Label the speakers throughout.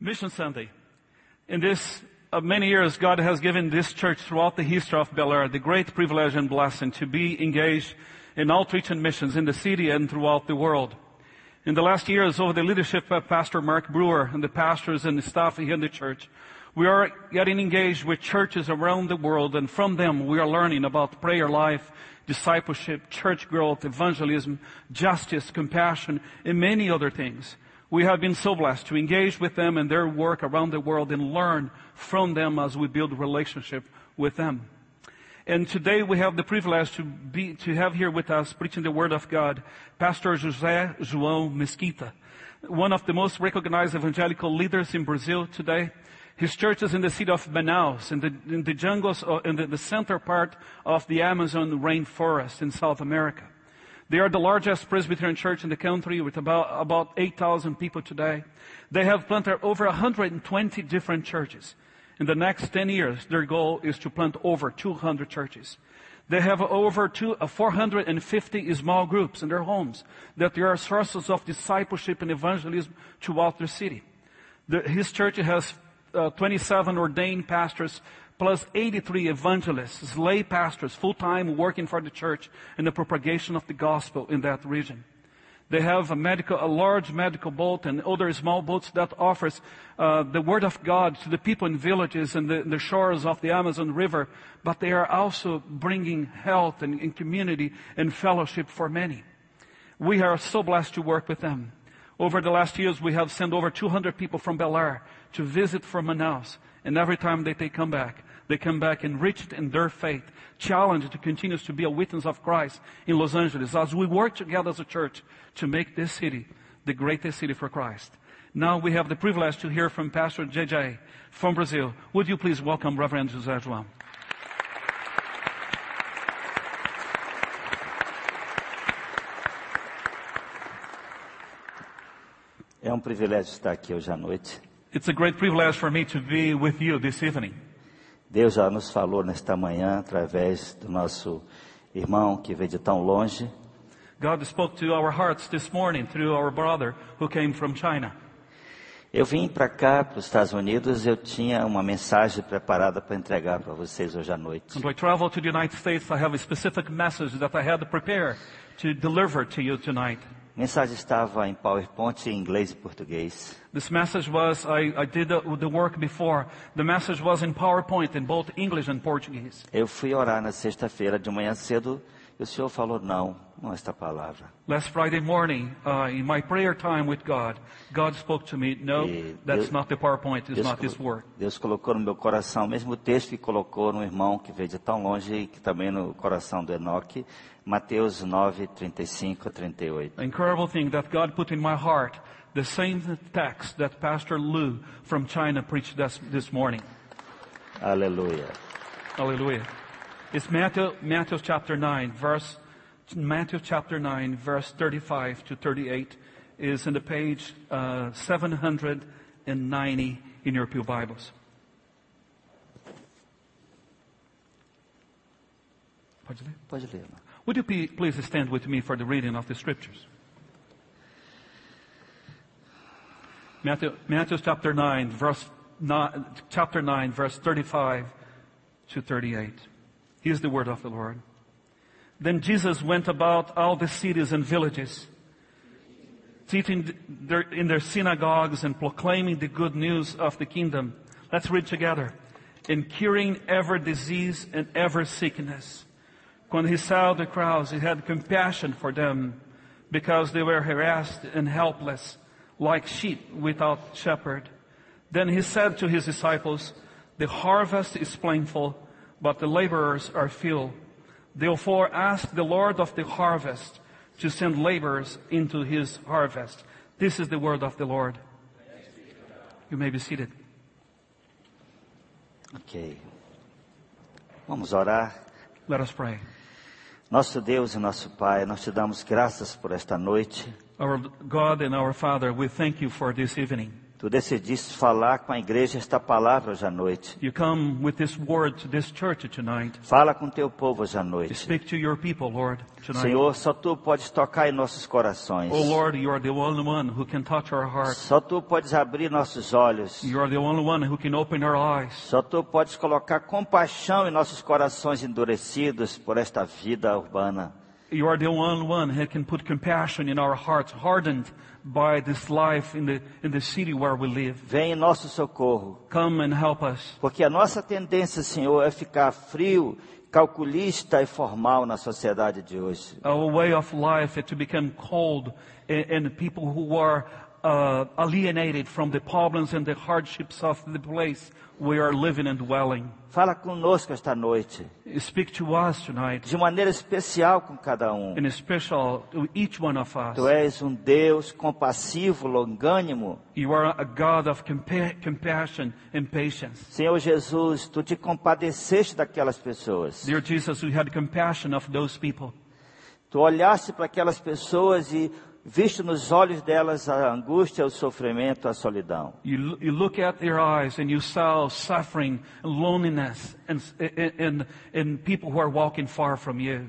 Speaker 1: Mission Sunday. In this, uh, many years, God has given this church throughout the history of Bel Air the great privilege and blessing to be engaged in outreach and missions in the city and throughout the world. In the last years, over the leadership of Pastor Mark Brewer and the pastors and the staff here in the church, we are getting engaged with churches around the world and from them we are learning about prayer life, discipleship, church growth, evangelism, justice, compassion, and many other things. We have been so blessed to engage with them and their work around the world and learn from them as we build relationship with them. And today we have the privilege to be, to have here with us preaching the word of God, Pastor José João Mesquita, one of the most recognized evangelical leaders in Brazil today. His church is in the city of Manaus, in the, in the jungles, uh, in the, the center part of the Amazon rainforest in South America. They are the largest Presbyterian church in the country with about, about 8,000 people today. They have planted over 120 different churches. In the next 10 years, their goal is to plant over 200 churches. They have over two, uh, 450 small groups in their homes that they are sources of discipleship and evangelism throughout their city. The, his church has uh, 27 ordained pastors plus 83 evangelists, lay pastors, full-time working for the church in the propagation of the gospel in that region. They have a medical, a large medical boat and other small boats that offers uh, the word of God to the people in villages and the, the, shores of the Amazon River. But they are also bringing health and, and community and fellowship for many. We are so blessed to work with them. Over the last years, we have sent over 200 people from Bel Air to visit from Manaus. And every time that they come back, they come back enriched in their faith, challenged to continue to be a witness of Christ in Los Angeles as we work together as a church to make this city the greatest city for Christ. Now we have the privilege to hear from Pastor JJ from Brazil. Would you please welcome Reverend José João?
Speaker 2: É um privilégio estar aqui hoje à noite.
Speaker 1: It's a great privilege for me to be with you this evening.
Speaker 2: Deus já nos falou nesta manhã através do nosso irmão que veio de tão longe.
Speaker 1: God spoke to our hearts this morning through our brother who came from China.
Speaker 2: Eu vim para cá, para os Estados Unidos, eu tinha uma mensagem preparada para entregar para vocês hoje à noite.
Speaker 1: When I travel to the United States, I have a specific message that I had prepared to deliver to you tonight.
Speaker 2: A mensagem estava em PowerPoint em inglês e português.
Speaker 1: This message was I, I did the, the work before. The message was in PowerPoint in both English and Portuguese.
Speaker 2: Eu fui orar na sexta-feira de manhã cedo e o Senhor falou não, não é esta palavra.
Speaker 1: Last Friday morning, uh, in my prayer time with God, God spoke to me, no,
Speaker 2: E
Speaker 1: that's
Speaker 2: Deus-
Speaker 1: not the PowerPoint, it's
Speaker 2: Deus,
Speaker 1: not this
Speaker 2: colo-
Speaker 1: work.
Speaker 2: Deus colocou no meu coração o mesmo texto que colocou no irmão que veio de tão longe e que também no coração do Enoque, Mateus 9, 35 a 38.
Speaker 1: Incredible thing that God put in my heart, the same text that Pastor Lu from China preached this, this morning.
Speaker 2: Aleluia.
Speaker 1: Hallelujah. It's Matthew, Matthew chapter 9, verse, Matthew chapter 9, verse 35 to 38 is in the page uh, 790 in your Pew Bibles. Pode ler.
Speaker 2: Pode ler. irmão.
Speaker 1: Would you pe- please stand with me for the reading of the scriptures? Matthew, Matthew chapter 9, verse ni- chapter 9, verse 35 to 38. Here's the word of the Lord. Then Jesus went about all the cities and villages, teaching their, in their synagogues and proclaiming the good news of the kingdom. Let's read together. And curing every disease and every sickness. When he saw the crowds, he had compassion for them because they were harassed and helpless, like sheep without shepherd. Then he said to his disciples, The harvest is plentiful, but the laborers are few. Therefore ask the Lord of the harvest to send laborers into his harvest. This is the word of the Lord. You may be seated.
Speaker 2: Ok. Vamos orar.
Speaker 1: Let us pray.
Speaker 2: Nosso Deus e nosso Pai, nós te damos graças por esta noite.
Speaker 1: Our God and our Father, we thank you for this evening.
Speaker 2: Tu decidiste falar com a igreja esta palavra hoje à noite.
Speaker 1: You come with this word to this church tonight
Speaker 2: Fala com teu povo hoje à
Speaker 1: to
Speaker 2: noite.
Speaker 1: speak to your people, Lord, tonight.
Speaker 2: Senhor, só tu podes tocar em nossos corações.
Speaker 1: Oh Lord, you are the only one who can touch our hearts.
Speaker 2: Só tu podes abrir nossos olhos.
Speaker 1: You are the only one who can open our eyes.
Speaker 2: Só tu podes colocar compaixão em nossos corações endurecidos por esta vida urbana.
Speaker 1: You are the only one who can put compassion in our hearts, hardened by this life in the, in the city where we live.
Speaker 2: Vem em nosso socorro,
Speaker 1: Come and help us.
Speaker 2: porque a nossa tendência, Senhor, é ficar frio, calculista e formal na sociedade de hoje.
Speaker 1: Our way of life is to become cold and, and people who are uh, alienated from the problems and the hardships of the place we are living and dwelling.
Speaker 2: Fala conosco esta noite,
Speaker 1: Speak to us tonight,
Speaker 2: de maneira especial com cada um.
Speaker 1: in special to each one of us.
Speaker 2: Tu és um Deus compassivo, longânimo.
Speaker 1: You are a God of compa- compassion and patience.
Speaker 2: Senhor Jesus, tu te compadeceste daquelas pessoas.
Speaker 1: Dear Jesus, we had compassion of those people.
Speaker 2: Tu olhaste para aquelas pessoas e viste nos olhos delas a angústia, o sofrimento, a solidão.
Speaker 1: You, you look at their eyes and you saw suffering, loneliness, and, and, and people who are walking far from you.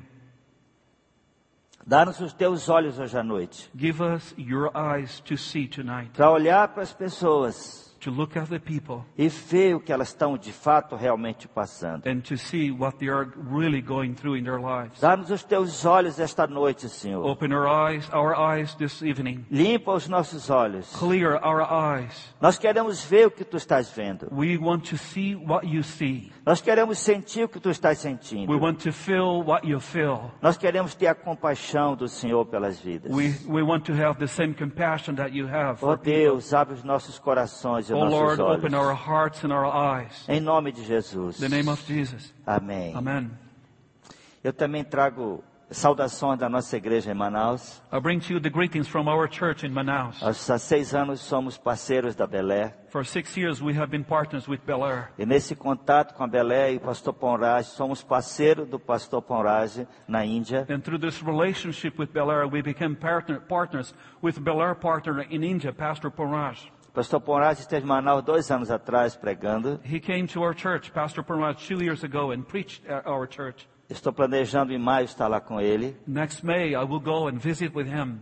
Speaker 2: Dá-nos os teus olhos hoje à noite
Speaker 1: Give us your eyes to see tonight,
Speaker 2: para olhar para as pessoas
Speaker 1: to look at the people
Speaker 2: e ver o que elas estão de fato realmente passando.
Speaker 1: and to see what they are really going through in their lives.
Speaker 2: Dá-nos os teus olhos esta noite, Senhor.
Speaker 1: Open our eyes, our eyes this evening.
Speaker 2: Limpa os nossos olhos.
Speaker 1: Clear our eyes.
Speaker 2: Nós queremos ver o que tu estás vendo.
Speaker 1: We want to see what you see.
Speaker 2: Nós queremos sentir o que tu estás
Speaker 1: We
Speaker 2: sentindo.
Speaker 1: want to feel what you feel.
Speaker 2: Nós queremos ter a compaixão do Senhor pelas vidas.
Speaker 1: We, we want to have the same compassion that you have.
Speaker 2: Ó
Speaker 1: For people.
Speaker 2: Deus, abre os nossos corações e
Speaker 1: Oh
Speaker 2: os nossos
Speaker 1: Lord, open
Speaker 2: olhos.
Speaker 1: our hearts and our eyes.
Speaker 2: Em nome de Jesus.
Speaker 1: In the name of Jesus.
Speaker 2: Amém.
Speaker 1: Amen.
Speaker 2: Eu também trago saudações da nossa igreja em Manaus.
Speaker 1: I bring to you the greetings from our church in Manaus.
Speaker 2: Nós, Há seis anos somos parceiros da Belé.
Speaker 1: For six years, we have been partners with Bel Air.
Speaker 2: E nesse contato com a Belé e o pastor Ponrage, somos parceiro do pastor Ponrage na Índia.
Speaker 1: And through this relationship with Bel Air, we became partner, partners with Bel Air partner in India, Pastor Paraj.
Speaker 2: O pastor Ponrage esteve em Manaus dois anos atrás pregando.
Speaker 1: He came to our church, Pastor Paraj, two years ago and preached at our church.
Speaker 2: Estou planejando em maio estar lá com ele.
Speaker 1: Next May, I will go and visit with him.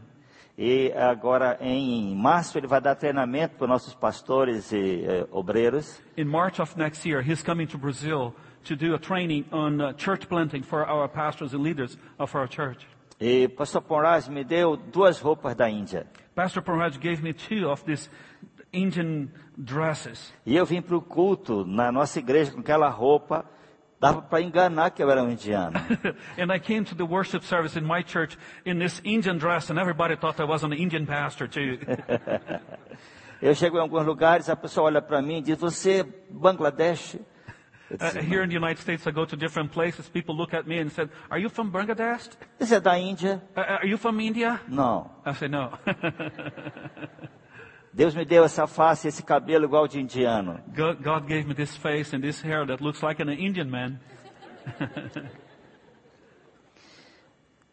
Speaker 2: E agora em março ele vai dar treinamento para os nossos pastores e eh, obreiros.
Speaker 1: In March of next year, he's coming to Brazil to do a training on uh, church planting for our pastors and leaders of our church.
Speaker 2: E o pastor Ponrage me deu duas roupas da Índia.
Speaker 1: Pastor Paraj gave me two of these Indian dresses.
Speaker 2: E eu vim para o culto na nossa igreja com aquela roupa, dava para enganar que eu era um indiano.
Speaker 1: and I came to the worship service in my church in this Indian dress, and everybody thought I was an Indian pastor too. Uh,
Speaker 2: Eu chego em alguns lugares, a pessoa olha para mim e diz: Você é Bangladesh? Eu
Speaker 1: Uh,
Speaker 2: disse,
Speaker 1: here in the United States, I go to different places. People look at me and said, "Are you from Bangladesh?
Speaker 2: Você é da Índia?
Speaker 1: Uh, are you from India?"
Speaker 2: Não.
Speaker 1: I say, "No."
Speaker 2: Deus me deu essa face, esse cabelo igual de indiano.
Speaker 1: God, God gave me this face and this hair that looks like an Indian man.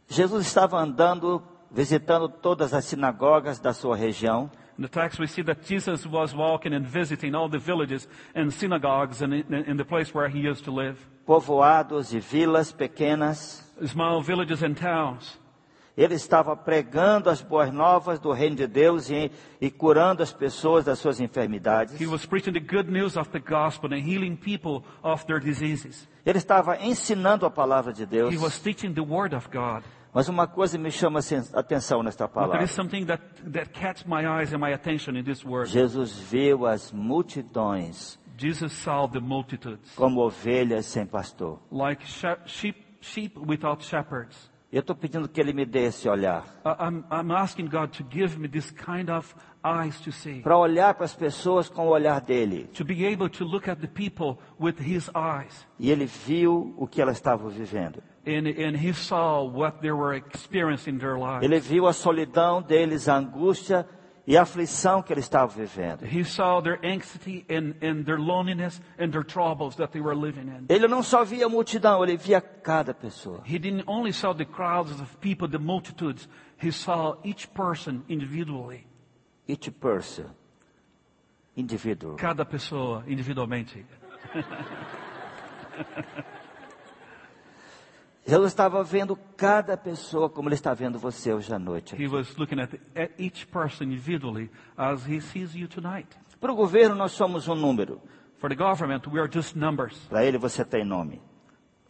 Speaker 2: Jesus estava andando, visitando todas as sinagogas da sua região.
Speaker 1: In the text, we see that Jesus was walking and visiting all the villages and synagogues and in, in the place where he used to live.
Speaker 2: Povoados e vilas pequenas,
Speaker 1: Small villages and towns.
Speaker 2: ele estava pregando as boas novas do reino de Deus e, e curando as pessoas das suas enfermidades.
Speaker 1: He was preaching the good news of the gospel and healing people of their diseases.
Speaker 2: Ele estava ensinando a palavra de Deus.
Speaker 1: He was teaching the word of God.
Speaker 2: Mas uma coisa me chama sen- atenção nesta
Speaker 1: But there
Speaker 2: palavra.
Speaker 1: is something that, that catch my eyes and my attention in this word.
Speaker 2: Jesus viu as multidões
Speaker 1: Jesus saw the multitudes
Speaker 2: como ovelhas sem pastor.
Speaker 1: like she- sheep, sheep without shepherds.
Speaker 2: Eu estou pedindo que ele me dê esse olhar
Speaker 1: I- I'm, I'm asking God to give me this kind of eyes to see.
Speaker 2: para olhar para as pessoas com o olhar dele.
Speaker 1: to be able to look at the people with his eyes.
Speaker 2: E ele viu o que elas estavam vivendo.
Speaker 1: And, and he saw what they were experiencing in their lives.
Speaker 2: Ele viu a solidão deles, a angústia e a aflição que eles estavam vivendo.
Speaker 1: He saw their anxiety and, and their loneliness and their troubles that they were living in.
Speaker 2: Ele não só via a multidão, ele via cada pessoa.
Speaker 1: He didn't only saw the crowds of people, the multitudes. He saw each person individually.
Speaker 2: Each person. indivíduo.
Speaker 1: cada pessoa individualmente.
Speaker 2: Jesus estava vendo cada pessoa como ele está vendo você hoje à noite.
Speaker 1: He was looking at, at each person individually as he sees you tonight.
Speaker 2: Para o governo, nós somos um número.
Speaker 1: For the government, we are just numbers.
Speaker 2: Para ele, você tem nome.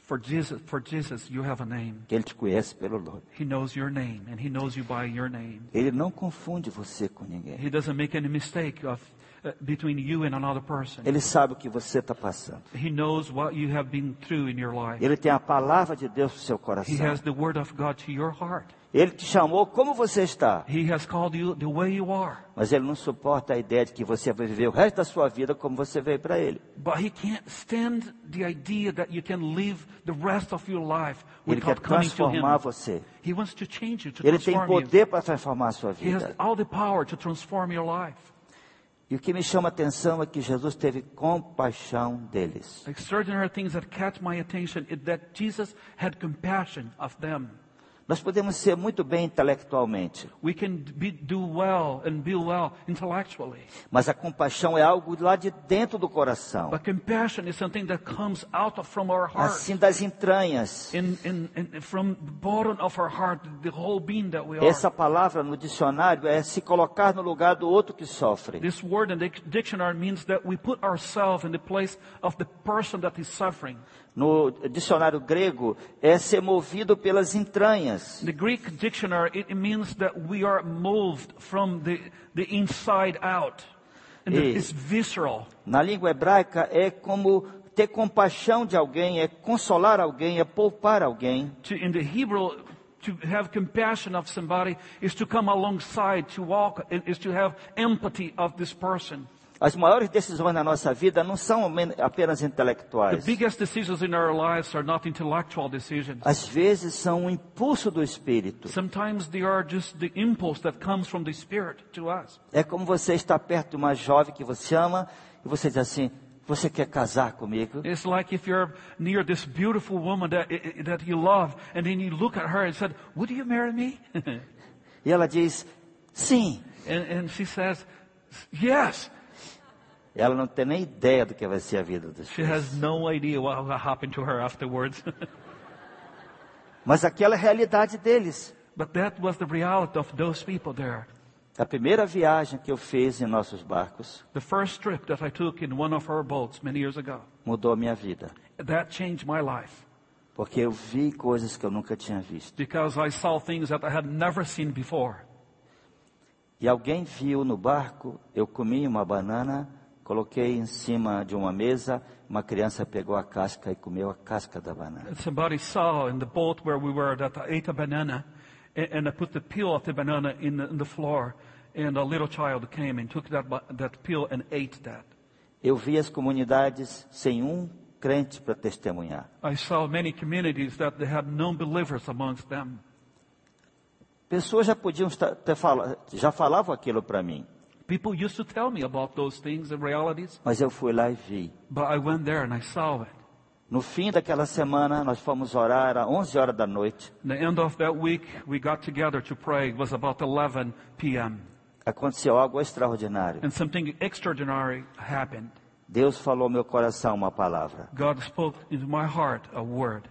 Speaker 1: For Jesus, for Jesus, you have a name.
Speaker 2: que Ele te conhece pelo nome.
Speaker 1: He knows your name, and he knows you by your name.
Speaker 2: Ele não confunde você com ninguém.
Speaker 1: He doesn't make any mistake of uh, between you and another person.
Speaker 2: Ele sabe o que você está passando.
Speaker 1: He knows what you have been through in your life.
Speaker 2: Ele tem a palavra de Deus no seu
Speaker 1: He
Speaker 2: coração.
Speaker 1: has the word of God to your heart.
Speaker 2: Ele te chamou como você está,
Speaker 1: He has called you the way you are.
Speaker 2: mas ele não suporta a ideia de que você vai viver o resto da sua vida como você veio para ele.
Speaker 1: But he can't stand the idea that you can live the rest of your life
Speaker 2: Ele quer
Speaker 1: without coming to him.
Speaker 2: transformar você.
Speaker 1: He wants to change you, to
Speaker 2: Ele tem
Speaker 1: transform you.
Speaker 2: poder para transformar a sua
Speaker 1: He has
Speaker 2: vida.
Speaker 1: all the power to transform your life.
Speaker 2: E o que me chama a atenção é que Jesus teve compaixão deles.
Speaker 1: The extraordinary things that catch my attention is that Jesus had compassion of them.
Speaker 2: Nós podemos ser muito bem intelectualmente,
Speaker 1: We can be, do well and be well intellectually.
Speaker 2: mas a compaixão é algo lá de dentro do coração,
Speaker 1: But compassion is something that comes out of, from our heart.
Speaker 2: assim das entranhas.
Speaker 1: In, in, in, from the bottom of our heart, the whole being that we are.
Speaker 2: Essa palavra no dicionário é se colocar no lugar do outro que sofre.
Speaker 1: This word in the dictionary means that we put ourselves in the place of the person that is suffering.
Speaker 2: No dicionário grego é ser movido pelas entranhas.
Speaker 1: In the Greek dictionary, it it means that we are moved from the, the inside out. And
Speaker 2: Eh.
Speaker 1: it's visceral.
Speaker 2: Na língua hebraica é como ter compaixão de alguém, é consolar alguém, é poupar alguém.
Speaker 1: To, in the Hebrew, to have compassion of somebody is to come alongside, to walk, and is to have empathy of this person.
Speaker 2: As maiores decisões na nossa vida não são amen- apenas
Speaker 1: The
Speaker 2: intelectuais.
Speaker 1: biggest decisions in our lives are not intellectual decisions.
Speaker 2: Às vezes são um impulso do espírito.
Speaker 1: Sometimes they are just the impulse that comes from the Spirit to us.
Speaker 2: É como você estar perto de uma jovem que você ama e você diz assim: Você quer casar comigo?
Speaker 1: It's like if you're near this beautiful woman that, i- i- that you love, and then you look at her and said, would you marry me? and,
Speaker 2: E ela diz: Sim.
Speaker 1: and she says, yes.
Speaker 2: Ela não tem nem ideia do que vai ser a vida dos
Speaker 1: She
Speaker 2: filhos.
Speaker 1: has no idea what will happen to her afterwards.
Speaker 2: Mas aquela é a realidade deles.
Speaker 1: but that was the reality of those people there.
Speaker 2: A primeira viagem que eu fiz em nossos barcos
Speaker 1: The first trip that I took in one of our boats many years ago,
Speaker 2: mudou a minha vida.
Speaker 1: that changed my life
Speaker 2: Porque eu vi coisas que eu nunca tinha visto.
Speaker 1: because I saw things that I had never seen before.
Speaker 2: E alguém viu no barco, eu comi uma banana, coloquei em cima de uma mesa, uma criança pegou a casca e comeu a casca da banana.
Speaker 1: Somebody saw in the boat where we were that I ate a banana, and, and I put the peel of the banana in the, in the floor, and a little child came and took that, ba- that peel and ate that.
Speaker 2: Eu vi as comunidades sem um crente para testemunhar.
Speaker 1: I saw many communities that they had non-believers amongst them.
Speaker 2: Pessoas já podiam estar, ter fala, já falavam aquilo para mim,
Speaker 1: People used to tell me about those things and realities,
Speaker 2: mas eu fui lá e vi.
Speaker 1: but I went there and I saw it.
Speaker 2: No fim daquela semana, nós fomos orar às 11 horas da noite.
Speaker 1: In the end of that week, we got together to pray. It was about 11 p.m.
Speaker 2: Aconteceu algo extraordinário.
Speaker 1: And something extraordinary happened.
Speaker 2: Deus falou ao meu coração uma palavra.
Speaker 1: God spoke into my heart a word.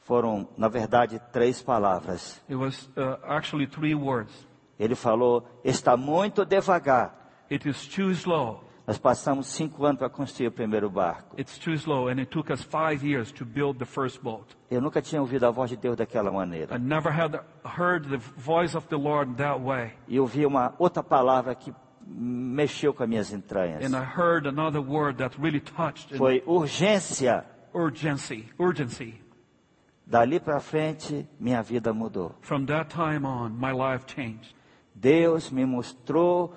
Speaker 2: Foram, na verdade, três palavras.
Speaker 1: It was uh, actually three words.
Speaker 2: Ele falou: está muito devagar.
Speaker 1: It is too slow.
Speaker 2: Nós passamos cinco anos para construir o primeiro barco.
Speaker 1: It's too slow, and it took us five years to build the first boat.
Speaker 2: Eu nunca tinha ouvido a voz de Deus daquela
Speaker 1: I
Speaker 2: maneira.
Speaker 1: never had heard the voice of the Lord that way.
Speaker 2: E eu vi uma outra palavra que mexeu com as minhas entranhas.
Speaker 1: And I heard another word that really touched in
Speaker 2: Foi urgência.
Speaker 1: urgency. Urgency.
Speaker 2: Dali para frente, minha vida mudou.
Speaker 1: From that time on, my life changed.
Speaker 2: Deus me mostrou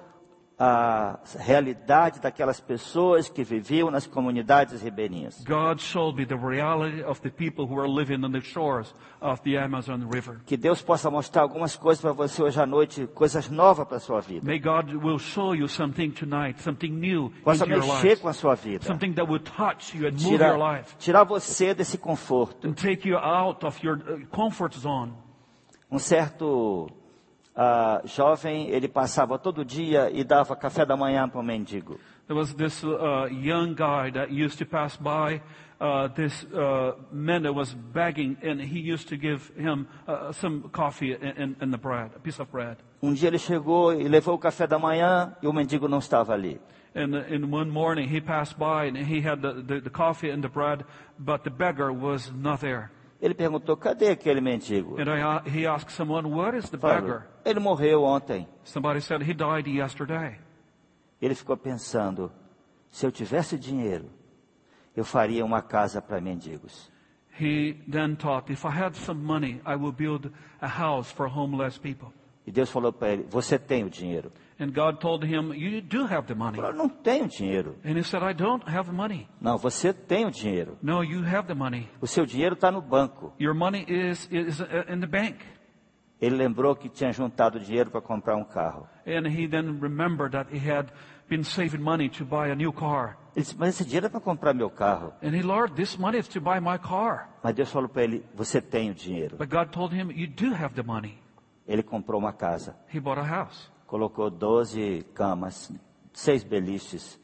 Speaker 2: a realidade daquelas pessoas que viviam nas comunidades ribeirinhas.
Speaker 1: God showed me the reality of the people who are living on the shores of the Amazon River.
Speaker 2: Que Deus possa mostrar algumas coisas para você hoje à noite, coisas novas para a sua vida.
Speaker 1: May God will show you something tonight, something new
Speaker 2: Possa
Speaker 1: into your
Speaker 2: mexer
Speaker 1: life,
Speaker 2: com a sua vida.
Speaker 1: something that will touch you and move
Speaker 2: Tirar,
Speaker 1: your life.
Speaker 2: tirar você desse conforto.
Speaker 1: and take you out of your uh, comfort zone.
Speaker 2: Um certo ah, jovem, ele passava todo dia e dava café da manhã para o mendigo.
Speaker 1: There was this uh, young guy that used to pass by uh, this uh, man that was begging, and he used to give him uh, some coffee and, and, and the bread, a piece of bread.
Speaker 2: Um dia ele chegou e levou o café da manhã e o mendigo não estava ali.
Speaker 1: And, and one morning he passed by and he had the, the, the coffee and the bread, but the beggar was not there.
Speaker 2: Ele perguntou: cadê aquele mendigo?
Speaker 1: And I, uh, he asked someone, Where is the
Speaker 2: Falou,
Speaker 1: beggar?
Speaker 2: ele morreu ontem.
Speaker 1: Somebody said, He died yesterday.
Speaker 2: Ele ficou pensando: se eu tivesse dinheiro, eu faria uma casa para mendigos.
Speaker 1: He then thought, If I had some money, I will build a house for homeless people.
Speaker 2: E Deus falou para ele: Você tem o dinheiro?
Speaker 1: And God told him, You do have the money.
Speaker 2: Ele falou: Não tenho dinheiro.
Speaker 1: And he said, I don't have money.
Speaker 2: Não, você tem o dinheiro.
Speaker 1: No, you have the money.
Speaker 2: O seu dinheiro está no banco.
Speaker 1: Your money is, is uh, in the bank.
Speaker 2: Ele lembrou que tinha juntado dinheiro para comprar um carro.
Speaker 1: And he then remembered that he had been saving money to buy a new car.
Speaker 2: Ele disse: Mas esse dinheiro é para comprar meu carro.
Speaker 1: And he, Lord, this money is to buy my car.
Speaker 2: Mas Deus falou para ele: Você tem o dinheiro.
Speaker 1: But God told him, You do have the money.
Speaker 2: Ele comprou uma casa,
Speaker 1: He bought a house.
Speaker 2: colocou 12 camas, seis beliches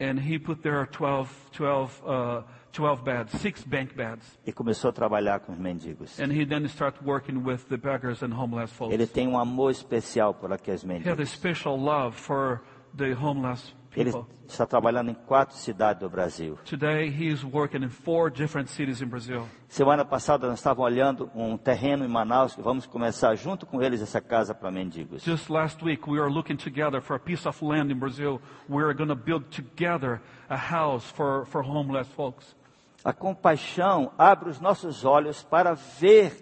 Speaker 1: And he put there 12, 12, uh, 12 beds, six bank beds.
Speaker 2: e começou a trabalhar com os mendigos.
Speaker 1: And he then started working with the beggars and homeless folks.
Speaker 2: Ele tem um amor especial por aqueles
Speaker 1: He had
Speaker 2: mendigos.
Speaker 1: a special love for the homeless
Speaker 2: Ele
Speaker 1: people.
Speaker 2: está trabalhando em quatro cidades do Brasil.
Speaker 1: Today, he is working in four different cities in Brazil.
Speaker 2: Semana passada nós estávamos olhando um terreno em Manaus que vamos começar junto com eles essa casa para mendigos.
Speaker 1: Just last week, we were looking together for a piece of land in Brazil. We're going to build together a house for, for homeless folks.
Speaker 2: A compaixão abre os nossos olhos para ver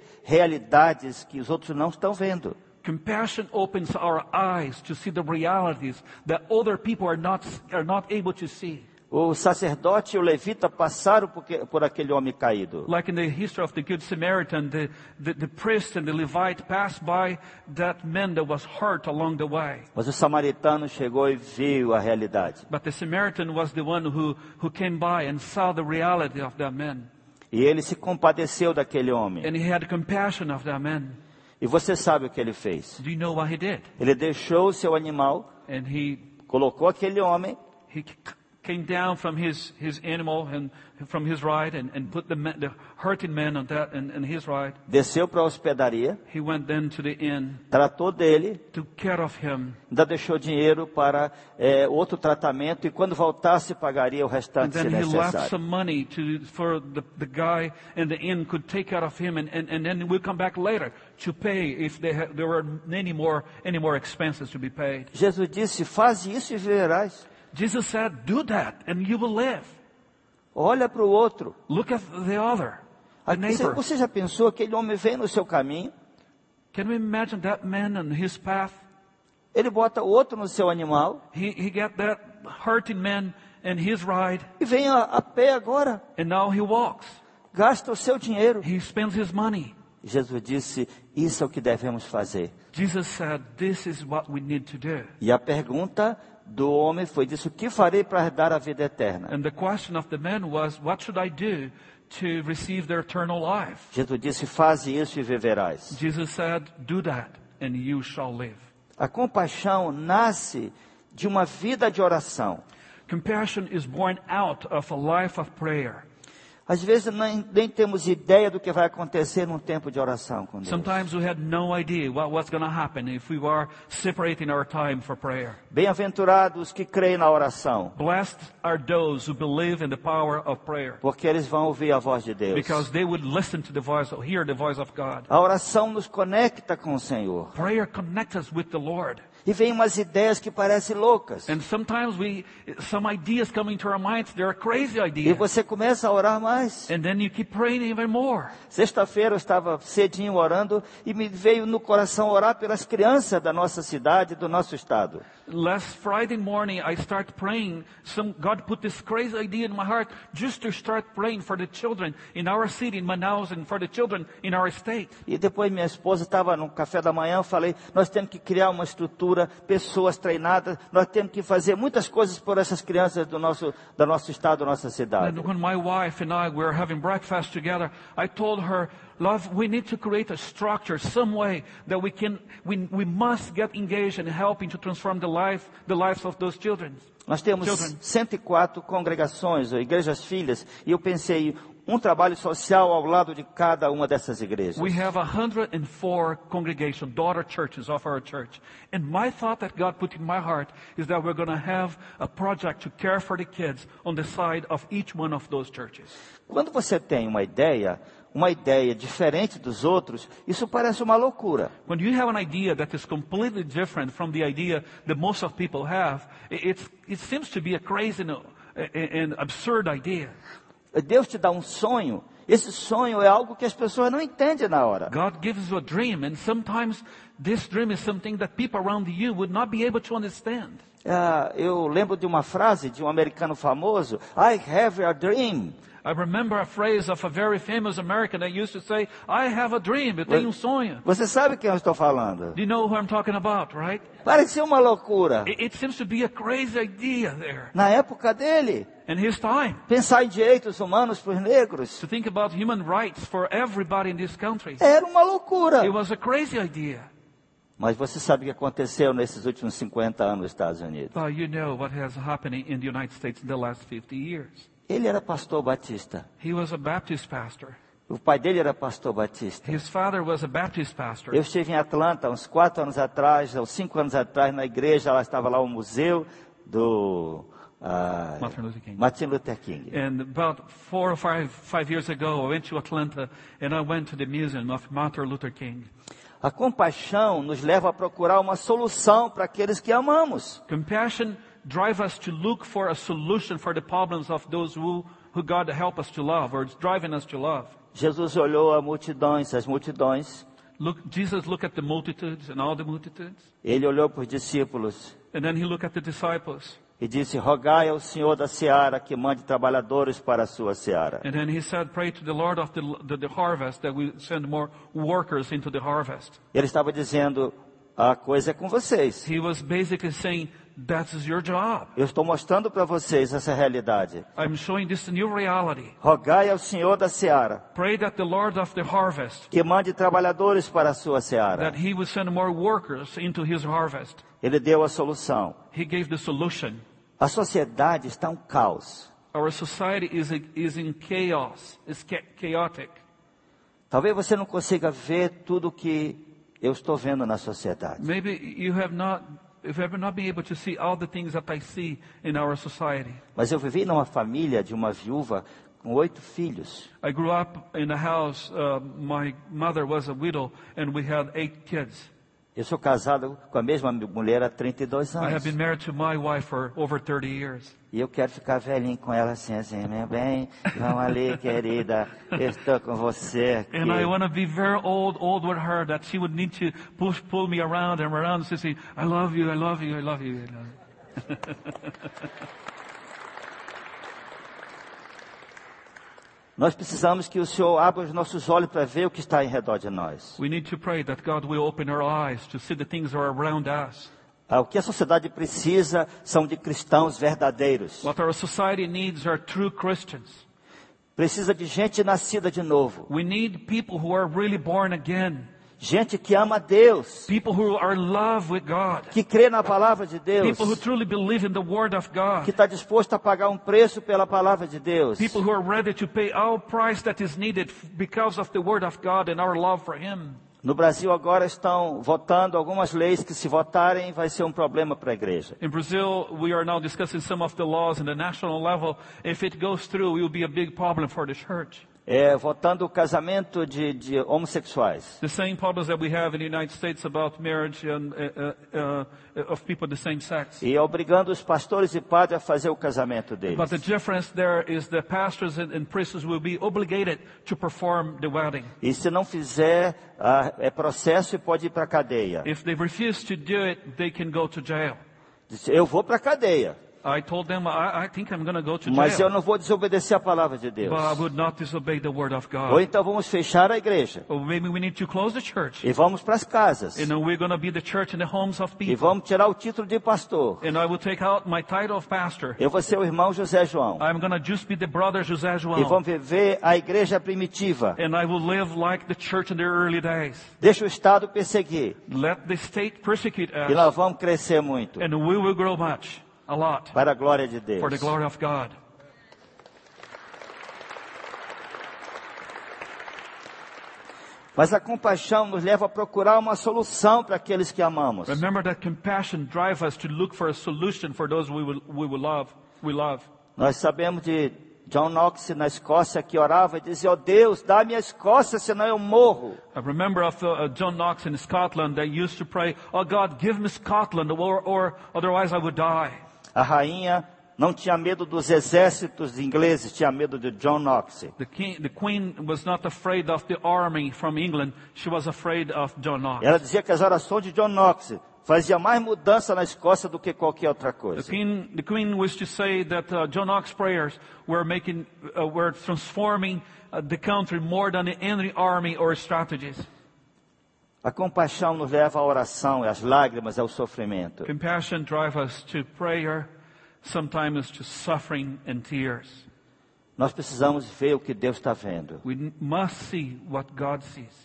Speaker 2: realidades que os outros não estão vendo.
Speaker 1: Compassion opens our eyes to see the realities that other people are not, are not able to see.
Speaker 2: O sacerdote e o levita passaram por, que- por aquele homem caído.
Speaker 1: Like in the history of the Good Samaritan, the, the, the priest and the Levite passed by that man that was hurt along the way.
Speaker 2: Mas o samaritano chegou e viu a realidade.
Speaker 1: But the Samaritan was the one who, who came by and saw the reality of that man.
Speaker 2: E ele se compadeceu daquele homem.
Speaker 1: And he had compassion of that man.
Speaker 2: E você sabe o que ele fez.
Speaker 1: Do you know what he did?
Speaker 2: Ele deixou o seu animal,
Speaker 1: And he,
Speaker 2: colocou aquele homem
Speaker 1: he c- came down from his, his animal and from his ride and, and put the, man, the hurting man on that and, and his ride.
Speaker 2: desceu para a hospedaria,
Speaker 1: He went then to the inn,
Speaker 2: tratou dele,
Speaker 1: took care of him,
Speaker 2: ainda deixou dinheiro para eh, outro tratamento e quando voltasse pagaria o
Speaker 1: and
Speaker 2: restante se
Speaker 1: then he left
Speaker 2: necessário.
Speaker 1: some money to, for the, the guy and the inn could take care of him, and, and, and then we'll come back later to pay if they ha- there were any more, any more expenses to be paid.
Speaker 2: Jesus disse: Faz isso e verás.
Speaker 1: Jesus said, do that and you will live.
Speaker 2: Olha para o outro.
Speaker 1: Look at the other, the
Speaker 2: Aqui, Você,
Speaker 1: neighbor.
Speaker 2: você já pensou que aquele homem vem no seu caminho,
Speaker 1: Can we imagine that man and his path?
Speaker 2: ele bota outro no seu animal
Speaker 1: He, he got that hurting man and his ride,
Speaker 2: e vem a, a pé agora,
Speaker 1: and now he walks.
Speaker 2: gasta o seu dinheiro.
Speaker 1: He spends his money.
Speaker 2: Jesus disse: Isso é o que devemos fazer.
Speaker 1: Jesus said, this is what we need to do.
Speaker 2: E a pergunta do homem foi: disse, O que farei para dar a vida eterna?
Speaker 1: And the question of the man was, what should I do to receive their eternal life?
Speaker 2: Jesus disse: Faze isso e viverás.
Speaker 1: Jesus said, do that and you shall live.
Speaker 2: A compaixão nasce de uma vida de oração.
Speaker 1: Compassion is born out of a life of prayer.
Speaker 2: Às vezes nem, nem temos ideia do que vai acontecer num tempo de oração com Deus.
Speaker 1: Sometimes we had no idea what was going to happen if we were separating our time for prayer.
Speaker 2: Bem-aventurados que creem na oração,
Speaker 1: Blessed are those who believe in the power of prayer
Speaker 2: porque eles vão ouvir a voz de Deus.
Speaker 1: because they would listen to the voice or hear the voice of God.
Speaker 2: A oração nos conecta com o Senhor.
Speaker 1: Prayer connects us with the Lord.
Speaker 2: E vem umas ideias que parecem loucas.
Speaker 1: And sometimes we, some ideas come into our minds, they're crazy
Speaker 2: E
Speaker 1: ideas.
Speaker 2: você começa a orar mais.
Speaker 1: And then you keep praying even more.
Speaker 2: Sexta-feira eu estava cedinho orando e me veio no coração orar pelas crianças da nossa cidade, do nosso estado.
Speaker 1: Last Friday morning, I start praying. Some, God put this crazy idea in my heart just to start praying for the children in our city, in Manaus, and for the children in our state.
Speaker 2: E depois minha esposa estava no café da manhã, eu falei, nós temos que criar uma cultura, pessoas treinadas. Nós temos que fazer muitas coisas por essas crianças do nosso, do nosso estado, da nossa cidade.
Speaker 1: And when my wife and I were having breakfast together, I told her, Love, we need to create a structure, some way that we can, we, we must get engaged in helping to transform the life, the lives of those children.
Speaker 2: Nós temos
Speaker 1: Children.
Speaker 2: 104 congregações, ou igrejas filhas, e eu pensei, um trabalho social ao lado de cada uma dessas igrejas.
Speaker 1: We have 104 congregation, daughter churches of our church. And my thought that God put in my heart is that we're going to have a project to care for the kids on the side of each one of those churches.
Speaker 2: Quando você tem uma ideia, uma ideia diferente dos outros, isso parece uma loucura.
Speaker 1: When you have an idea that is completely different from the idea that most of people have, i- it's, it seems to be a crazy and, and absurd idea.
Speaker 2: Deus te dá um sonho, esse sonho é algo que as pessoas não entendem na hora.
Speaker 1: God gives you a dream, and sometimes this dream is something that people around you would not be able to understand.
Speaker 2: Ah, eu lembro de uma frase de um americano famoso: I have a dream.
Speaker 1: I remember a phrase of a very famous American that used to say, I have a dream, eu tenho um sonho.
Speaker 2: Você sabe quem eu estou falando?
Speaker 1: Do you know who I'm talking about, right?
Speaker 2: Parecia uma loucura.
Speaker 1: It, it seems to be a crazy idea there.
Speaker 2: Na época dele,
Speaker 1: In his time,
Speaker 2: pensar em direitos humanos para os negros
Speaker 1: to think about human rights for everybody in this country,
Speaker 2: era uma loucura.
Speaker 1: it was a crazy idea.
Speaker 2: Mas você sabe o que aconteceu nesses últimos 50 anos nos Estados Unidos?
Speaker 1: Well, you know what has happened in the United States in the last 50 years.
Speaker 2: Ele era pastor batista.
Speaker 1: He was a Baptist pastor.
Speaker 2: O pai dele era pastor batista.
Speaker 1: His father was a Baptist
Speaker 2: Eu
Speaker 1: pastor.
Speaker 2: estive em Atlanta uns quatro anos atrás, ou cinco anos atrás, na igreja, lá estava lá o museu do ah,
Speaker 1: Martin Luther King.
Speaker 2: Martin Luther King.
Speaker 1: And about four or five, five years ago, I went to Atlanta and I went to the museum of Martin Luther King.
Speaker 2: A compaixão nos leva a procurar uma solução para aqueles que amamos.
Speaker 1: Compassion drives us to look for a solution for the problems of those who, who God help us to love or is driving us to love.
Speaker 2: Jesus olhou a multidões, as multidões.
Speaker 1: Look, Jesus looked at the multitudes and all the multitudes,
Speaker 2: Ele olhou para os discípulos
Speaker 1: and then he looked at the disciples,
Speaker 2: e disse: Rogai ao Senhor da seara que mande trabalhadores para a sua seara.
Speaker 1: and then he said, pray to the Lord of the, the, the harvest that we send more workers into the harvest.
Speaker 2: Ele estava dizendo: A coisa é com vocês.
Speaker 1: He was basically saying, that's your job.
Speaker 2: Eu estou mostrando para vocês essa realidade.
Speaker 1: I'm showing this new reality.
Speaker 2: Rogai ao Senhor da seara
Speaker 1: Pray that the Lord of the harvest,
Speaker 2: que mande trabalhadores para a sua seara.
Speaker 1: that he would send more workers into his harvest.
Speaker 2: Ele deu a solução.
Speaker 1: He gave the solution.
Speaker 2: A sociedade está um caos.
Speaker 1: Our society is, is in chaos, is cha- chaotic.
Speaker 2: Talvez você não consiga ver tudo o que eu estou vendo na sociedade.
Speaker 1: Maybe you have not, you have not been able to see all the things that I see in our society.
Speaker 2: Mas eu vivi numa família de uma viúva com oito filhos.
Speaker 1: I grew up in a house, uh, my mother was a widow, and we had eight kids.
Speaker 2: Eu sou casado com a mesma mulher há 32
Speaker 1: I
Speaker 2: anos.
Speaker 1: have been married to my wife for over 30 years.
Speaker 2: E eu quero ficar velhinho com ela assim, assim, meu bem, vamos ali, querida, eu estou com você aqui.
Speaker 1: And I want to be very old, old with her, that she would need to push, pull me around and around and say, I love you, I love you, I love you. I love you.
Speaker 2: Nós precisamos que o Senhor abra os nossos olhos para ver o que está em redor de nós.
Speaker 1: We need to pray that God will open our eyes to see the things that are around us.
Speaker 2: Ah, O que a sociedade precisa são de cristãos verdadeiros.
Speaker 1: What our society needs are true Christians.
Speaker 2: Precisa de gente nascida de novo.
Speaker 1: We need people who are really born again,
Speaker 2: Gente que ama Deus,
Speaker 1: people who are in love with God,
Speaker 2: que crê na palavra de Deus,
Speaker 1: people who truly believe in the Word of
Speaker 2: que
Speaker 1: God,
Speaker 2: está disposto a pagar um preço pela palavra de Deus.
Speaker 1: people who are ready to pay all price that is needed f- because of the Word of God and our love for Him.
Speaker 2: No Brasil agora estão votando algumas leis que se votarem vai ser um problema para a igreja.
Speaker 1: In Brazil, we are now discussing some of the laws in the national level. If it goes through, it will be a big problem for the church.
Speaker 2: É, votando o casamento de, de homossexuais.
Speaker 1: The same problems that we have in the United States about marriage and, uh, uh, uh, of people of the same sex.
Speaker 2: E obrigando os pastores e padres a fazer o casamento
Speaker 1: But the
Speaker 2: deles.
Speaker 1: difference there is the pastors and, and priests will be obligated to perform the wedding.
Speaker 2: E se não fizer, ah, é processo e pode ir para a cadeia.
Speaker 1: If they refuse to do it, they can go to jail.
Speaker 2: Disse, eu vou para a cadeia.
Speaker 1: I told them, I, I think I'm going to go to
Speaker 2: Mas eu
Speaker 1: jail.
Speaker 2: não vou desobedecer a palavra de Deus.
Speaker 1: But I would not disobey the word of
Speaker 2: Ou
Speaker 1: God.
Speaker 2: então vamos fechar a igreja
Speaker 1: Or maybe we need to close the church.
Speaker 2: e vamos para as casas
Speaker 1: And then we're going to be the church in the homes of
Speaker 2: e
Speaker 1: people.
Speaker 2: vamos tirar o título de pastor.
Speaker 1: And I will take out my title of pastor.
Speaker 2: Eu vou ser o irmão José João
Speaker 1: I'm going to just be the brother José
Speaker 2: e
Speaker 1: João.
Speaker 2: vamos viver a igreja primitiva.
Speaker 1: And I will live like the church in the early days.
Speaker 2: Deixa o Estado perseguir
Speaker 1: Let the state persecute
Speaker 2: e
Speaker 1: us.
Speaker 2: nós vamos crescer muito
Speaker 1: And we will grow much. A lot.
Speaker 2: para a glória de Deus.
Speaker 1: É. For the glory of God.
Speaker 2: Mas a compaixão nos leva a procurar uma solução para aqueles que amamos.
Speaker 1: Remember that compassion drives us to look for a solution for those we will, we will love, we love.
Speaker 2: Nós sabemos de John Knox na Escócia que orava e dizia: "Ó Deus, dá-me a Escócia, senão eu morro".
Speaker 1: I remember of the, uh, John Knox in Scotland, they used to pray, Oh God, give me Scotland or, or otherwise I would die.
Speaker 2: A rainha não tinha medo dos exércitos ingleses, tinha medo de John Knox.
Speaker 1: The, king, the queen was not afraid of the army from England. She was afraid of John Knox.
Speaker 2: Ela dizia que as orações de John Knox fazia mais mudança na Escócia do que qualquer outra
Speaker 1: The
Speaker 2: coisa.
Speaker 1: queen, the queen was to say that uh, John Knox prayers were making, uh, were transforming uh, the country more than any army or strategies.
Speaker 2: A compaixão nos leva à oração, às lágrimas, ao sofrimento.
Speaker 1: Compassion drives us to prayer, sometimes to suffering and tears.
Speaker 2: Nós precisamos ver o que Deus está vendo.
Speaker 1: We n- must see what God sees.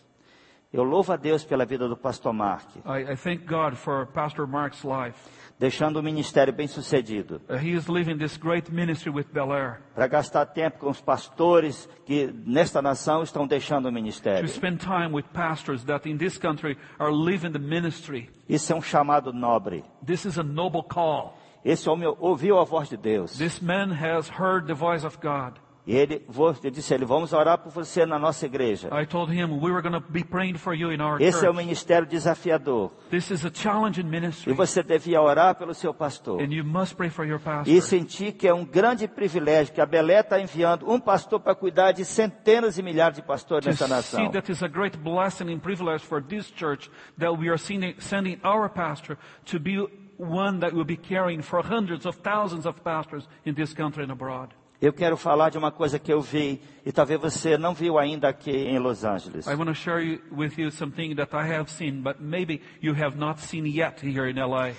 Speaker 2: Eu louvo a Deus pela vida do pastor Mark,
Speaker 1: I, I thank God for Pastor Mark's life.
Speaker 2: deixando o ministério bem sucedido.
Speaker 1: Uh, he is leaving this great ministry with Bel Air
Speaker 2: para gastar tempo com os pastores que nesta nação estão deixando o
Speaker 1: to
Speaker 2: ministério.
Speaker 1: spend time with pastors that in this country are leaving the ministry.
Speaker 2: Isso é um chamado nobre.
Speaker 1: This is a noble call.
Speaker 2: Esse homem ouviu a voz de Deus.
Speaker 1: This man has heard the voice of God.
Speaker 2: E ele vou- eu disse a ele, vamos orar por você na nossa igreja.
Speaker 1: I told him we were going to be praying for you in our
Speaker 2: Esse é um
Speaker 1: church.
Speaker 2: ministério desafiador.
Speaker 1: This is a challenging
Speaker 2: E
Speaker 1: ministry,
Speaker 2: você devia orar pelo seu pastor.
Speaker 1: and you must pray for your
Speaker 2: E
Speaker 1: pastor.
Speaker 2: sentir que é um grande privilégio que a Belé está enviando um pastor para cuidar de centenas e milhares de pastores
Speaker 1: To
Speaker 2: nessa
Speaker 1: see
Speaker 2: nação.
Speaker 1: that is a great blessing and privilege for this church that we are sending, sending our pastor to be one that will be caring for hundreds of thousands of pastors in this country and abroad.
Speaker 2: Eu quero falar de uma coisa que eu vi e talvez você não viu ainda aqui em Los Angeles.
Speaker 1: I want to share you, with you something that I have seen, but maybe you have not seen yet here in LA.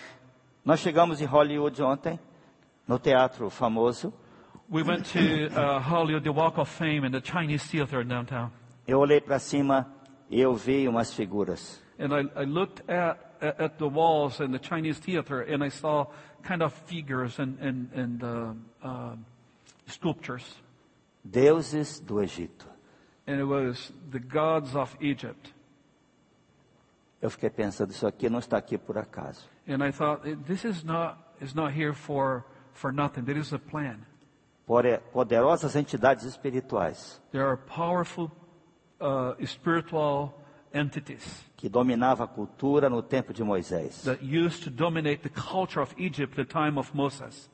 Speaker 2: Nós chegamos em Hollywood ontem, no teatro famoso.
Speaker 1: We went to uh, Hollywood, the Walk of Fame, in the Chinese Theater downtown.
Speaker 2: Eu olhei para cima e eu vi umas figuras.
Speaker 1: And I, I looked at, at at the walls in the Chinese theater, and I saw kind of figures and and and um um sculptures,
Speaker 2: Deuses do Egito.
Speaker 1: and it was the gods of Egypt.
Speaker 2: Eu fiquei pensando, isso aqui não está aqui por acaso.
Speaker 1: And I thought, "Eh, this is not is not here for for nothing. There is a plan.
Speaker 2: Pore- é Poderosas entidades espirituais
Speaker 1: There are powerful uh, spiritual entities
Speaker 2: que dominavam a cultura no tempo de Moisés.
Speaker 1: that used to dominate the culture of Egypt at the time of Moses.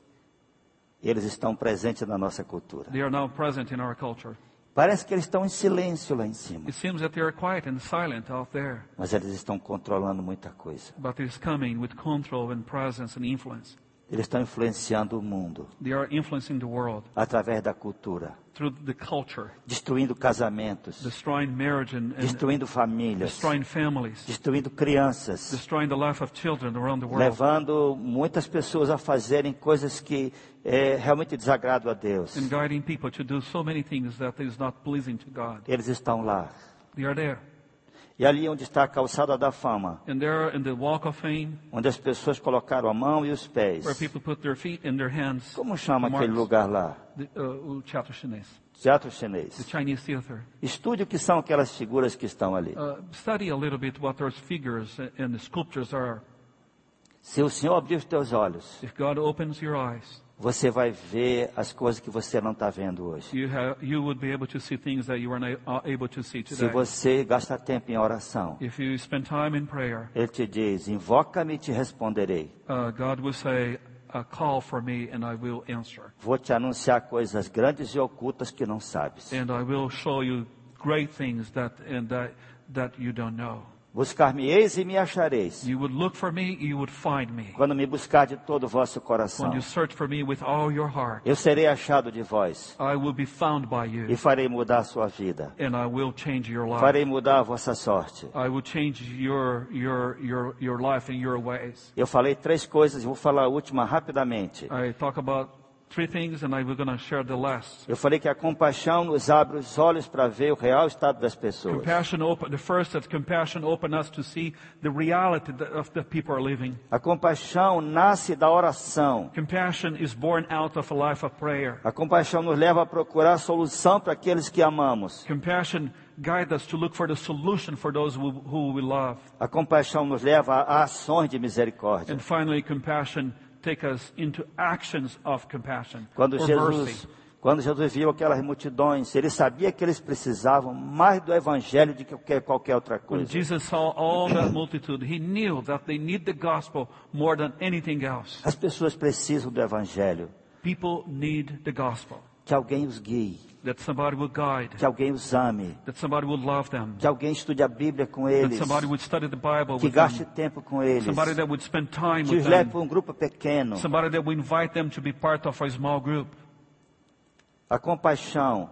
Speaker 2: Eles estão presentes na nossa cultura.
Speaker 1: They are now present in our culture.
Speaker 2: Parece que eles estão em silêncio lá em cima,
Speaker 1: It seems that they are quiet and silent out there.
Speaker 2: mas eles estão controlando muita coisa.
Speaker 1: but is coming with control and presence and influence.
Speaker 2: Eles estão influenciando o mundo
Speaker 1: They are influencing the world
Speaker 2: através da cultura,
Speaker 1: through the culture,
Speaker 2: destruindo casamentos,
Speaker 1: destroying marriage and, and
Speaker 2: destruindo famílias,
Speaker 1: destroying families,
Speaker 2: destruindo crianças,
Speaker 1: destroying the life of children around the world,
Speaker 2: levando muitas pessoas a fazerem coisas que é, realmente desagradam a Deus.
Speaker 1: and guiding people to do so many things that is not pleasing to God.
Speaker 2: Eles estão lá.
Speaker 1: They are there.
Speaker 2: E ali é onde está a calçada da fama,
Speaker 1: And they're in the walk of fame
Speaker 2: onde as pessoas colocaram a mão e os pés.
Speaker 1: where people put their feet in their hands.
Speaker 2: Como chama
Speaker 1: Marks.
Speaker 2: aquele lugar lá?
Speaker 1: The, uh, o teatro chinês,
Speaker 2: Teatro
Speaker 1: the
Speaker 2: chinês.
Speaker 1: Chinese theater.
Speaker 2: Estude o que são aquelas figuras que estão ali.
Speaker 1: Uh, study a little bit what those figures and the sculptures are.
Speaker 2: Se o Senhor abrir os teus olhos,
Speaker 1: If God opens your eyes,
Speaker 2: você vai ver as coisas que você não está vendo hoje.
Speaker 1: you have you would be able to see things that you are not uh, able to see
Speaker 2: Se
Speaker 1: today.
Speaker 2: você gasta tempo em oração,
Speaker 1: If you spend time in prayer,
Speaker 2: Ele te diz: Invoca-me e te responderei.
Speaker 1: uh, God will say, uh, "Call for me, and I will answer,
Speaker 2: Vou te anunciar coisas grandes e ocultas que não sabes.
Speaker 1: and I will show you great things that and that that you don't know."
Speaker 2: Buscar-me-eis e me achareis.
Speaker 1: You would look for me, you would find me.
Speaker 2: Quando me buscar de todo o vosso coração,
Speaker 1: When you search for me with all your heart,
Speaker 2: eu serei achado de vós
Speaker 1: I will be found by
Speaker 2: e
Speaker 1: you,
Speaker 2: farei mudar a sua vida.
Speaker 1: and I will change your life.
Speaker 2: Farei mudar a vossa sorte.
Speaker 1: I will change your, your, your, your life and your ways.
Speaker 2: Eu falei três coisas, vou falar a última rapidamente.
Speaker 1: I talk about three things, and I will going to share the last.
Speaker 2: Eu falei que a compaixão nos abre os olhos para ver o real estado das pessoas.
Speaker 1: Compassion open, the first is compassion open us to see the reality that- of the people are living.
Speaker 2: A compaixão nasce da oração.
Speaker 1: Compassion is born out of a life of prayer.
Speaker 2: A compaixão nos leva a procurar solução para aqueles que amamos.
Speaker 1: Compassion guides us to look for the solution for those who, who we love.
Speaker 2: A compaixão nos leva a ações de misericórdia.
Speaker 1: And finally, compassion take us into actions of compassion
Speaker 2: Quando
Speaker 1: or
Speaker 2: Jesus,
Speaker 1: mercy.
Speaker 2: quando Jesus viu aquelas multidões, ele sabia que eles precisavam mais do evangelho do que qualquer- qualquer outra
Speaker 1: When
Speaker 2: coisa.
Speaker 1: Jesus saw all that multitude, he knew that they need the gospel more than anything else.
Speaker 2: As pessoas precisam do evangelho,
Speaker 1: People need the gospel.
Speaker 2: que alguém os guie,
Speaker 1: That somebody will guide.
Speaker 2: que alguém os ame,
Speaker 1: That somebody will love them.
Speaker 2: que alguém estude a Bíblia com
Speaker 1: That
Speaker 2: eles,
Speaker 1: somebody would study the Bible
Speaker 2: que
Speaker 1: with
Speaker 2: gaste
Speaker 1: them.
Speaker 2: tempo com eles,
Speaker 1: Somebody that would spend time
Speaker 2: que
Speaker 1: with
Speaker 2: os leve para
Speaker 1: them.
Speaker 2: um grupo pequeno.
Speaker 1: Somebody that would invite them to be part of a small group.
Speaker 2: A compaixão,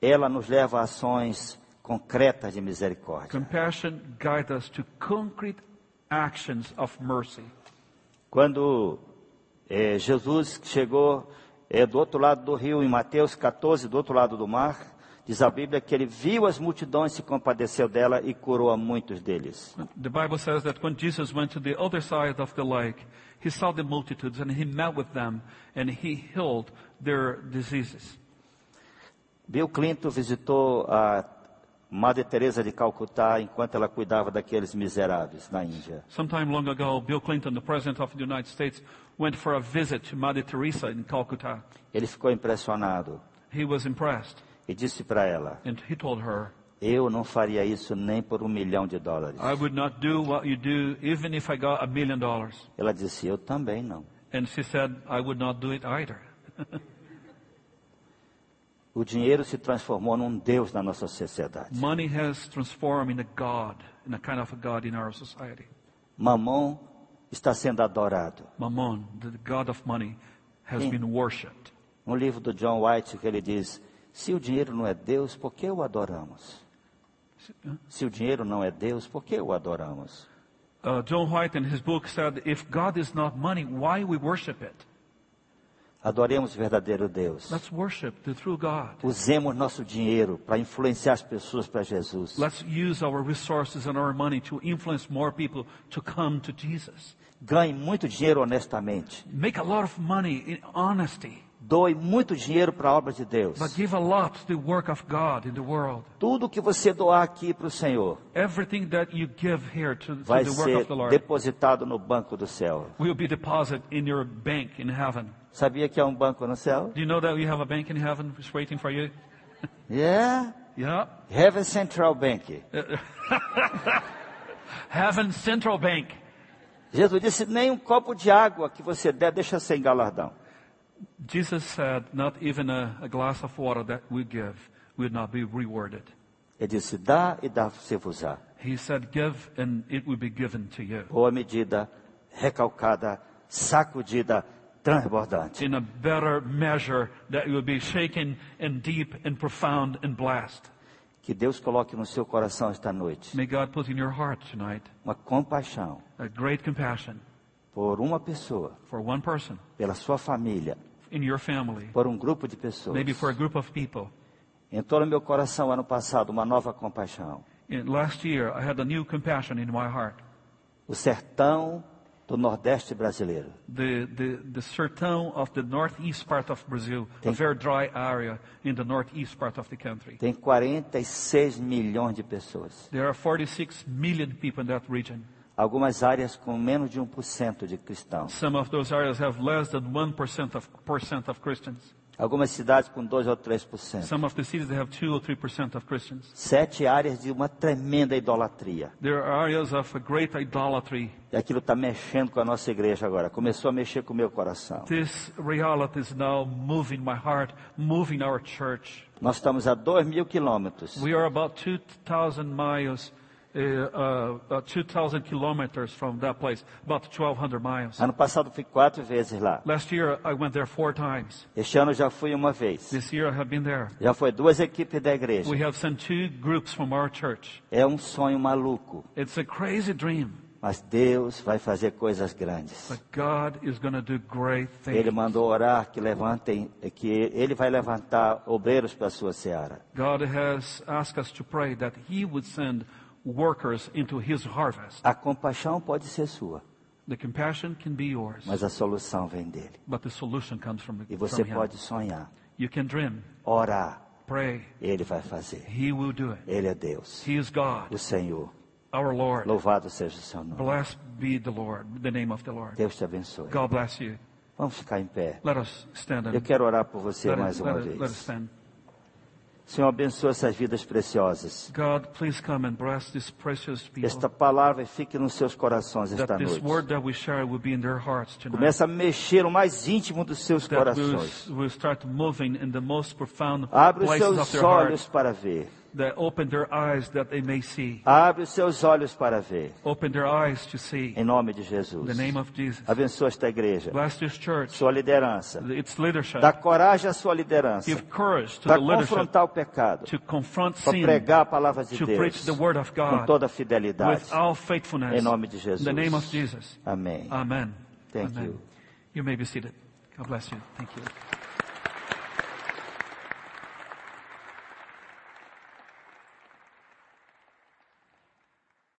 Speaker 2: ela nos leva a ações concretas de misericórdia.
Speaker 1: Compassion guides us to concrete actions of mercy.
Speaker 2: Quando eh, Jesus chegou eh, do outro lado do rio, em Mateus 14, do outro lado do mar, diz a Bíblia que ele viu as multidões, se compadeceu dela e curou a muitos deles.
Speaker 1: The Bible says that when Jesus went to the other side of the lake, he saw the multitudes and he met with them and he healed their diseases.
Speaker 2: Bill Clinton visitou a Madre Teresa de Calcutá enquanto ela cuidava daqueles miseráveis na Índia.
Speaker 1: Sometime long ago, Bill Clinton, the President of the United States, went for a visit to Mother Teresa in Calcutta.
Speaker 2: Ele ficou impressionado
Speaker 1: He was impressed
Speaker 2: e disse para ela:
Speaker 1: and he told her,
Speaker 2: Eu não faria isso nem por um milhão de dólares.
Speaker 1: I would not do what you do even if I got a million dollars.
Speaker 2: Ela disse: Eu também não.
Speaker 1: And she said, I would not do it either.
Speaker 2: O dinheiro se transformou num Deus na nossa sociedade.
Speaker 1: Money has transformed in a God, in a kind of a God in our society.
Speaker 2: Mamon está sendo adorado.
Speaker 1: Mammon, the God of money, has
Speaker 2: Sim.
Speaker 1: been worshipped.
Speaker 2: No livro do John White, que ele diz: Se o dinheiro não é Deus, por que o adoramos? Se o dinheiro não é Deus, por que o adoramos?
Speaker 1: Uh, John White in his book said, if God is not money, why we worship it?
Speaker 2: Adoremos o verdadeiro Deus.
Speaker 1: Let's worship the true God.
Speaker 2: Usemos nosso dinheiro para influenciar as pessoas para Jesus.
Speaker 1: Let's use our resources and our money to influence more people to come to Jesus.
Speaker 2: Ganhe muito dinheiro honestamente.
Speaker 1: Make a lot of money in honesty,
Speaker 2: Doe muito dinheiro para a obra de Deus.
Speaker 1: but give a lot to the work of God in the world.
Speaker 2: Tudo que você doar aqui para o Senhor
Speaker 1: Everything that you give here to, to
Speaker 2: vai
Speaker 1: the work
Speaker 2: ser
Speaker 1: of the Lord
Speaker 2: depositado no banco do céu.
Speaker 1: will be deposited in your bank in heaven.
Speaker 2: Sabia que há um banco no céu?
Speaker 1: Do you know that you have a bank in heaven who's waiting for you?
Speaker 2: Yeah.
Speaker 1: Yeah.
Speaker 2: Heaven Central Bank.
Speaker 1: É. Heaven Central Bank.
Speaker 2: Jesus disse, nem um copo de água que você der, deixa sem galardão.
Speaker 1: Jesus said, not even a, a glass of water that we give will not be rewarded.
Speaker 2: Ele disse, dá e dá se vos á
Speaker 1: He said, give and it will be given to you.
Speaker 2: Boa medida, recalcada, sacudida, transbordante.
Speaker 1: In a better measure that will be shaken and deep and profound and blessed.
Speaker 2: Que Deus coloque no seu coração esta noite
Speaker 1: May God put in your heart tonight
Speaker 2: uma compaixão
Speaker 1: a great compassion
Speaker 2: por uma pessoa,
Speaker 1: for one person
Speaker 2: pela sua família,
Speaker 1: in your family,
Speaker 2: por um grupo de pessoas.
Speaker 1: maybe for a group of people.
Speaker 2: Entrou no meu coração ano passado uma nova compaixão.
Speaker 1: In, last year, I had a new compassion in my heart.
Speaker 2: O sertão do Nordeste brasileiro.
Speaker 1: the, the, the sertão of the northeast part of Brazil, a
Speaker 2: Tem-
Speaker 1: very dry area in the northeast part of the country.
Speaker 2: Tem 46 milhões de pessoas.
Speaker 1: There are 46 million people in that region.
Speaker 2: Algumas áreas com menos de 1% de cristãos.
Speaker 1: Some of those areas have less than 1% of, percent of Christians.
Speaker 2: Algumas cidades com 2 ou 3%.
Speaker 1: Some of the cities have 2 or 3% of Christians.
Speaker 2: Sete áreas de uma tremenda idolatria.
Speaker 1: There are areas of a great idolatry.
Speaker 2: E aquilo está mexendo com a nossa igreja agora. Começou a mexer com o meu coração.
Speaker 1: This reality is now moving my heart, moving our church.
Speaker 2: Nós estamos a 2 mil quilômetros
Speaker 1: We are about 2,000 miles uh, uh, 2,000 kilometers from that place, about 1,200 miles.
Speaker 2: Ano passado fui quatro vezes lá.
Speaker 1: Last year, I went there four times.
Speaker 2: Este ano já fui uma vez.
Speaker 1: This year, I have been there.
Speaker 2: Já foi duas equipes da igreja.
Speaker 1: We have sent two groups from our church.
Speaker 2: É um sonho maluco,
Speaker 1: It's a crazy dream,
Speaker 2: mas Deus vai fazer coisas grandes.
Speaker 1: but God is going to do great
Speaker 2: Ele
Speaker 1: things.
Speaker 2: mandou orar que levantem, que ele vai levantar obreiros para a sua seara.
Speaker 1: God has asked us to pray that He would send workers into His harvest.
Speaker 2: A compaixão pode ser sua,
Speaker 1: The compassion can be yours,
Speaker 2: mas a solução vem dele.
Speaker 1: but the solution comes from,
Speaker 2: E
Speaker 1: from
Speaker 2: você
Speaker 1: Him.
Speaker 2: pode sonhar,
Speaker 1: You can dream,
Speaker 2: orar,
Speaker 1: pray.
Speaker 2: ele vai fazer.
Speaker 1: He will do it.
Speaker 2: Ele é Deus,
Speaker 1: He is God,
Speaker 2: o Senhor.
Speaker 1: our Lord.
Speaker 2: Louvado seja o seu nome.
Speaker 1: Blessed be the Lord, the name of the Lord.
Speaker 2: Deus te abençoe.
Speaker 1: God bless you.
Speaker 2: Vamos ficar em pé.
Speaker 1: Let us stand and
Speaker 2: Eu quero orar por você
Speaker 1: let,
Speaker 2: mais
Speaker 1: us, let
Speaker 2: uma
Speaker 1: us- let us
Speaker 2: vez.
Speaker 1: stand.
Speaker 2: Senhor, abençoa essas vidas preciosas.
Speaker 1: God, please come and bless these precious
Speaker 2: Esta
Speaker 1: people.
Speaker 2: palavra fique nos seus corações esta
Speaker 1: That this
Speaker 2: noite.
Speaker 1: word that we share will be in their hearts tonight.
Speaker 2: Começa a mexer o mais íntimo dos seus
Speaker 1: That will,
Speaker 2: corações.
Speaker 1: will start moving in the most profound
Speaker 2: Abre os
Speaker 1: places of
Speaker 2: seus
Speaker 1: their heart.
Speaker 2: olhos para ver.
Speaker 1: That open their eyes that they may see.
Speaker 2: Abre os seus olhos para ver.
Speaker 1: Open their eyes to see.
Speaker 2: Em nome de
Speaker 1: In
Speaker 2: Jesus.
Speaker 1: the name of Jesus.
Speaker 2: Abençoa esta igreja,
Speaker 1: Bless this church,
Speaker 2: sua liderança.
Speaker 1: its leadership.
Speaker 2: Dá coragem à sua liderança
Speaker 1: Give courage to the
Speaker 2: para
Speaker 1: leadership
Speaker 2: confrontar o pecado,
Speaker 1: to confront
Speaker 2: para
Speaker 1: sin,
Speaker 2: pregar a palavra de
Speaker 1: to preach
Speaker 2: Deus
Speaker 1: the word of
Speaker 2: com
Speaker 1: God.
Speaker 2: toda a fidelidade.
Speaker 1: with all faithfulness.
Speaker 2: Em nome de Jesus.
Speaker 1: In the name of Jesus.
Speaker 2: Amém.
Speaker 1: Amen.
Speaker 2: Thank
Speaker 1: Amen.
Speaker 2: you.
Speaker 1: You may be seated. God bless you. Thank you.